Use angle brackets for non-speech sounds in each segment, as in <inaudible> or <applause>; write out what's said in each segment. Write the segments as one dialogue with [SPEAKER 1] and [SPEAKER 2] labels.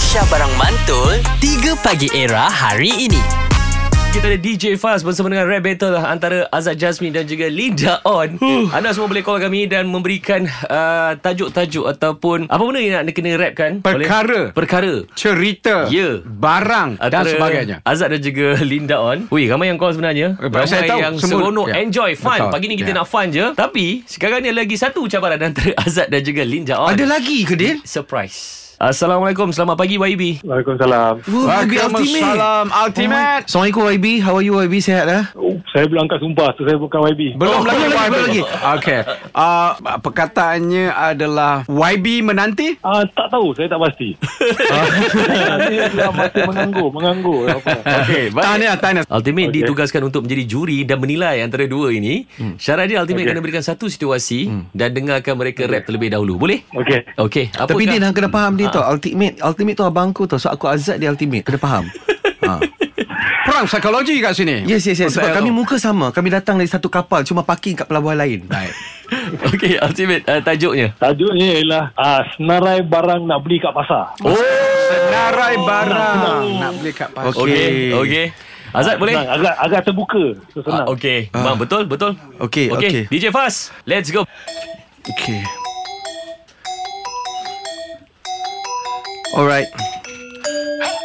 [SPEAKER 1] Syah Barang Mantul 3 Pagi Era hari ini
[SPEAKER 2] Kita ada DJ Faz bersama dengan rap battle lah antara Azad Jasmine dan juga Linda On. Anda semua boleh call kami dan memberikan uh, tajuk-tajuk ataupun apa benda yang nak kena rapkan. Boleh?
[SPEAKER 3] Perkara.
[SPEAKER 2] Perkara.
[SPEAKER 3] cerita,
[SPEAKER 2] Ya.
[SPEAKER 3] barang dan
[SPEAKER 2] Antara
[SPEAKER 3] sebagainya.
[SPEAKER 2] Azad dan juga Linda On Ui ramai yang call sebenarnya
[SPEAKER 3] Eh,
[SPEAKER 2] Ramai
[SPEAKER 3] saya tahu.
[SPEAKER 2] yang
[SPEAKER 3] Semua-
[SPEAKER 2] seronok
[SPEAKER 3] ya.
[SPEAKER 2] Enjoy fun
[SPEAKER 3] Betul.
[SPEAKER 2] Pagi ni kita
[SPEAKER 3] Ya.
[SPEAKER 2] nak fun je Tapi sekarang ni ada lagi satu cabaran Antara <laughs> Azad dan juga Linda On
[SPEAKER 3] Ada lagi ke Din?
[SPEAKER 2] Surprise Assalamualaikum Selamat pagi YB
[SPEAKER 4] Waalaikumsalam.
[SPEAKER 3] Waalaikumsalam Ultimate.
[SPEAKER 5] Assalamualaikum YB How are you YB Sehat lah
[SPEAKER 4] Oh, saya belum angkat sumpah tu saya bukan YB.
[SPEAKER 3] Belum
[SPEAKER 5] Oh,
[SPEAKER 3] lagi,
[SPEAKER 5] belum lagi,
[SPEAKER 3] belum
[SPEAKER 5] belum
[SPEAKER 3] lagi. Okey. Uh, perkataannya adalah YB menanti.
[SPEAKER 4] Ah tak tahu, saya tak pasti.
[SPEAKER 2] <laughs>
[SPEAKER 4] Ah. masih menganggur, menganggur apa.
[SPEAKER 2] Okay,
[SPEAKER 3] Tahniah, tahniah.
[SPEAKER 2] Ultimate okay.
[SPEAKER 4] Okey.
[SPEAKER 2] ditugaskan untuk menjadi juri dan menilai antara dua ini. Hmm. Syarat dia Ultimate okay.
[SPEAKER 4] Okey.
[SPEAKER 2] kena berikan satu situasi hmm. dan dengarkan mereka okay. rap terlebih dahulu. Boleh?
[SPEAKER 4] Okey.
[SPEAKER 2] Okey. Apa
[SPEAKER 5] Tapi
[SPEAKER 2] <laughs>
[SPEAKER 5] Din hang kena faham dia tau Ultimate Ultimate tu abang aku tau So aku Azad dia Ultimate Kena faham ha.
[SPEAKER 3] Perang psikologi kat sini.
[SPEAKER 5] Yes yes yes Sebab kami muka sama Kami datang dari satu kapal Cuma parking kat pelabuhan lain <laughs>
[SPEAKER 3] Baik.
[SPEAKER 2] Okey, Ultimate uh, tajuknya.
[SPEAKER 4] Tajuknya ialah ah, senarai barang nak beli kat pasar.
[SPEAKER 3] Senarai barang nak beli kat pasar.
[SPEAKER 2] Okey. Okey. Azad boleh?
[SPEAKER 4] Senang, agak agak terbuka. So,
[SPEAKER 2] Ah,
[SPEAKER 4] senang.
[SPEAKER 2] okey. Bang betul, betul.
[SPEAKER 5] Okey, okey.
[SPEAKER 2] DJ Fast, let's go.
[SPEAKER 5] Okay Alright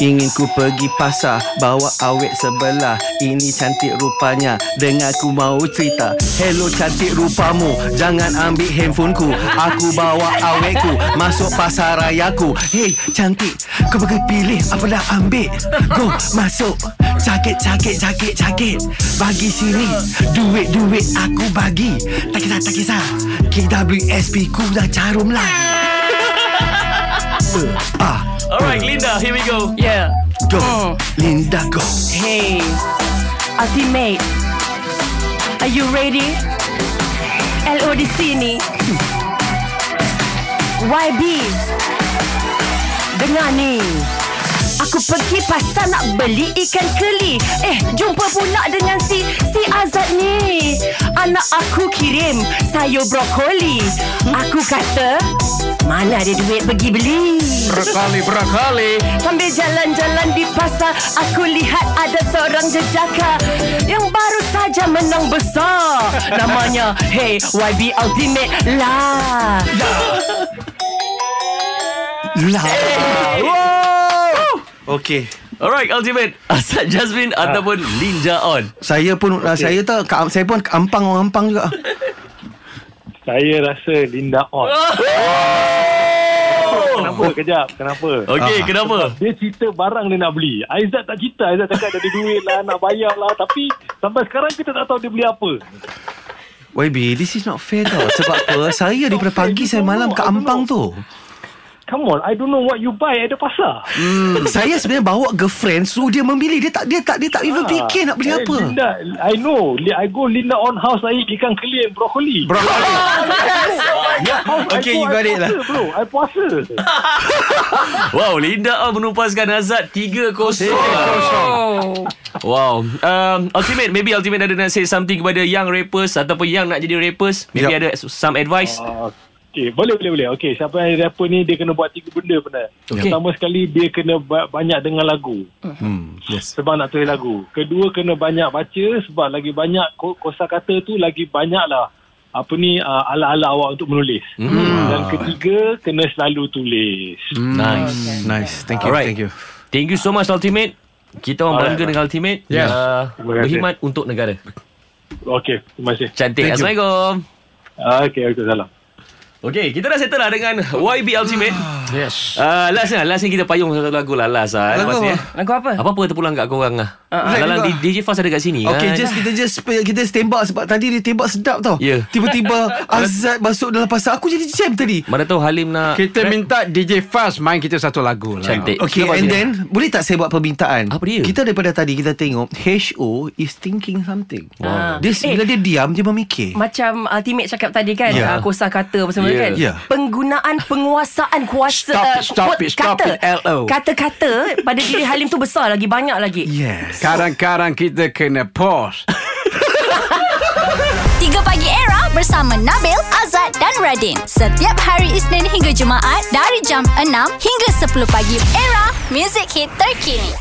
[SPEAKER 5] Ingin ku pergi pasar Bawa awet sebelah Ini cantik rupanya Dengar ku mau cerita Hello cantik rupamu Jangan ambil handphoneku Aku bawa awetku Masuk pasar rayaku Hey cantik Kau pergi pilih Apa nak ambil Go masuk Cakit cakit cakit cakit Bagi sini Duit duit aku bagi Tak kisah tak kisah KWSP ku dah carum lah Ah
[SPEAKER 2] Alright, Linda, here we go. Yeah.
[SPEAKER 5] Go Linda go
[SPEAKER 6] Hey, ultimate. Are you ready? LO di sini. YB. Dengar ni. Aku pergi pasar nak beli ikan keli Eh, jumpa pula dengan si si Azad ni Anak aku kirim sayur brokoli Aku kata, mana ada duit pergi beli
[SPEAKER 3] Berkali berkali.
[SPEAKER 6] Sambil jalan-jalan di pasar Aku lihat ada seorang jejaka Yang baru saja menang besar Namanya Hey YB Ultimate lah
[SPEAKER 5] Lah Okey
[SPEAKER 2] Alright, Ultimate. Azad Jasmine ataupun Linda On.
[SPEAKER 5] Saya pun okay. Saya tak ka- Saya pun ampang orang ampang juga
[SPEAKER 4] Saya rasa Linda on.
[SPEAKER 2] Oh!
[SPEAKER 4] Kenapa? Kejap, kenapa?
[SPEAKER 2] Okey, kenapa?
[SPEAKER 4] Dia cerita barang dia nak beli. Aizat tak cerita. Aizat cakap dia ada duit lah, nak bayar lah. Tapi sampai sekarang kita tak tahu dia beli apa.
[SPEAKER 5] YB This is not fair tau Sebab apa <laughs> Saya daripada pagi Saya malam ke ampang tu
[SPEAKER 4] Come on, I don't know what you buy at the pasar.
[SPEAKER 5] <laughs> Saya sebenarnya bawa girlfriend Suruh dia memilih Dia tak Dia tak Dia tak even fikir Nak beli
[SPEAKER 4] Eh,
[SPEAKER 5] apa
[SPEAKER 4] Linda, I know. Li- I go Linda on house I eat ikan keli and broccoli.
[SPEAKER 3] Berkali.
[SPEAKER 4] House, I
[SPEAKER 3] okay,
[SPEAKER 4] go,
[SPEAKER 3] you
[SPEAKER 4] I
[SPEAKER 3] got it lah.
[SPEAKER 4] puasa, Bro, I puasa.
[SPEAKER 2] Wow, Linda On menumpaskan Azad 3-0. 3-0. Wow. Um, ultimate, maybe Ultimate ada nak say something kepada young rappers ataupun yang nak jadi rappers. Maybe
[SPEAKER 5] Yup.
[SPEAKER 2] ada some advice.
[SPEAKER 4] Ah, Okay, boleh boleh boleh. Okay, siapa yang rapper ni dia kena buat tiga benda benar.
[SPEAKER 2] Okay.
[SPEAKER 4] Pertama sekali dia kena ba- banyak dengar lagu.
[SPEAKER 5] Yes
[SPEAKER 4] sebab nak tulis lagu. Kedua kena banyak baca sebab lagi banyak ko- kosakata tu lagi banyaklah apa ni uh, ala-ala awak untuk menulis. Hmm. Dan ketiga kena selalu tulis. Hmm.
[SPEAKER 2] Nice.
[SPEAKER 5] Nice Thank you
[SPEAKER 2] Alright.
[SPEAKER 5] Mm. Thank you
[SPEAKER 2] Thank you so much Ultimate. Kita orang
[SPEAKER 4] Alright.
[SPEAKER 2] bangga dengan Ultimate.
[SPEAKER 3] Yes.
[SPEAKER 2] Uh,
[SPEAKER 4] Terima kasih.
[SPEAKER 2] berkhidmat untuk negara.
[SPEAKER 4] Okey, terima kasih.
[SPEAKER 2] Cantik.
[SPEAKER 5] Thank you.
[SPEAKER 2] Assalamualaikum.
[SPEAKER 4] Ah, Okey, Waalaikumsalam.
[SPEAKER 2] Okay, kita dah settle lah dengan YB
[SPEAKER 5] <sighs>
[SPEAKER 2] Ultimate.
[SPEAKER 3] Yes.
[SPEAKER 2] Uh, last lah. Last ni kita payung satu lagu lah. Last lah. Lepas ni. eh.
[SPEAKER 6] Lagu apa?
[SPEAKER 2] Apa-apa terpulang kat korang lah. Uh,
[SPEAKER 5] Ah,
[SPEAKER 2] Dalam
[SPEAKER 5] Lagu apa?
[SPEAKER 2] DJ Fast ada kat sini.
[SPEAKER 5] Okay
[SPEAKER 2] kan?
[SPEAKER 5] just Kita just Kita tembak Sebab tadi dia tembak sedap tau
[SPEAKER 2] Ya.
[SPEAKER 5] <laughs> Tiba-tiba Azad masuk dalam pasar Aku jadi jam tadi
[SPEAKER 2] Mana tahu Halim nak...
[SPEAKER 3] Kita minta DJ Fast main kita satu lagu lah.
[SPEAKER 2] Cantik.
[SPEAKER 5] Okay
[SPEAKER 2] Lepas
[SPEAKER 5] and
[SPEAKER 2] ni.
[SPEAKER 5] then Boleh tak saya buat permintaan
[SPEAKER 2] Eh, Apa dia?
[SPEAKER 5] Kita daripada tadi Kita tengok HO is thinking something
[SPEAKER 2] Ah.
[SPEAKER 6] Wow.
[SPEAKER 5] Dia eh.
[SPEAKER 6] Eh.
[SPEAKER 5] Bila dia diam Dia memikir
[SPEAKER 6] Macam Ultimate cakap tadi kan
[SPEAKER 5] Ya.
[SPEAKER 6] yeah. uh, Kosa kata apa semua
[SPEAKER 2] Ya.
[SPEAKER 5] Ya.
[SPEAKER 6] yeah. kan Penggunaan penguasaan kuasa
[SPEAKER 3] Stop it, stop
[SPEAKER 6] uh, kot-
[SPEAKER 3] it, stop
[SPEAKER 6] kata,
[SPEAKER 3] it, LO.
[SPEAKER 6] Kata-kata pada diri Halim tu besar lagi Banyak lagi
[SPEAKER 5] Yes
[SPEAKER 3] Kadang-kadang kita kena pause.
[SPEAKER 7] 3 Pagi Era bersama Nabil, Azad Azad dan Radin. Setiap hari Isnin hingga Jumaat dari jam 6 hingga 10 pagi. Era, music hit terkini.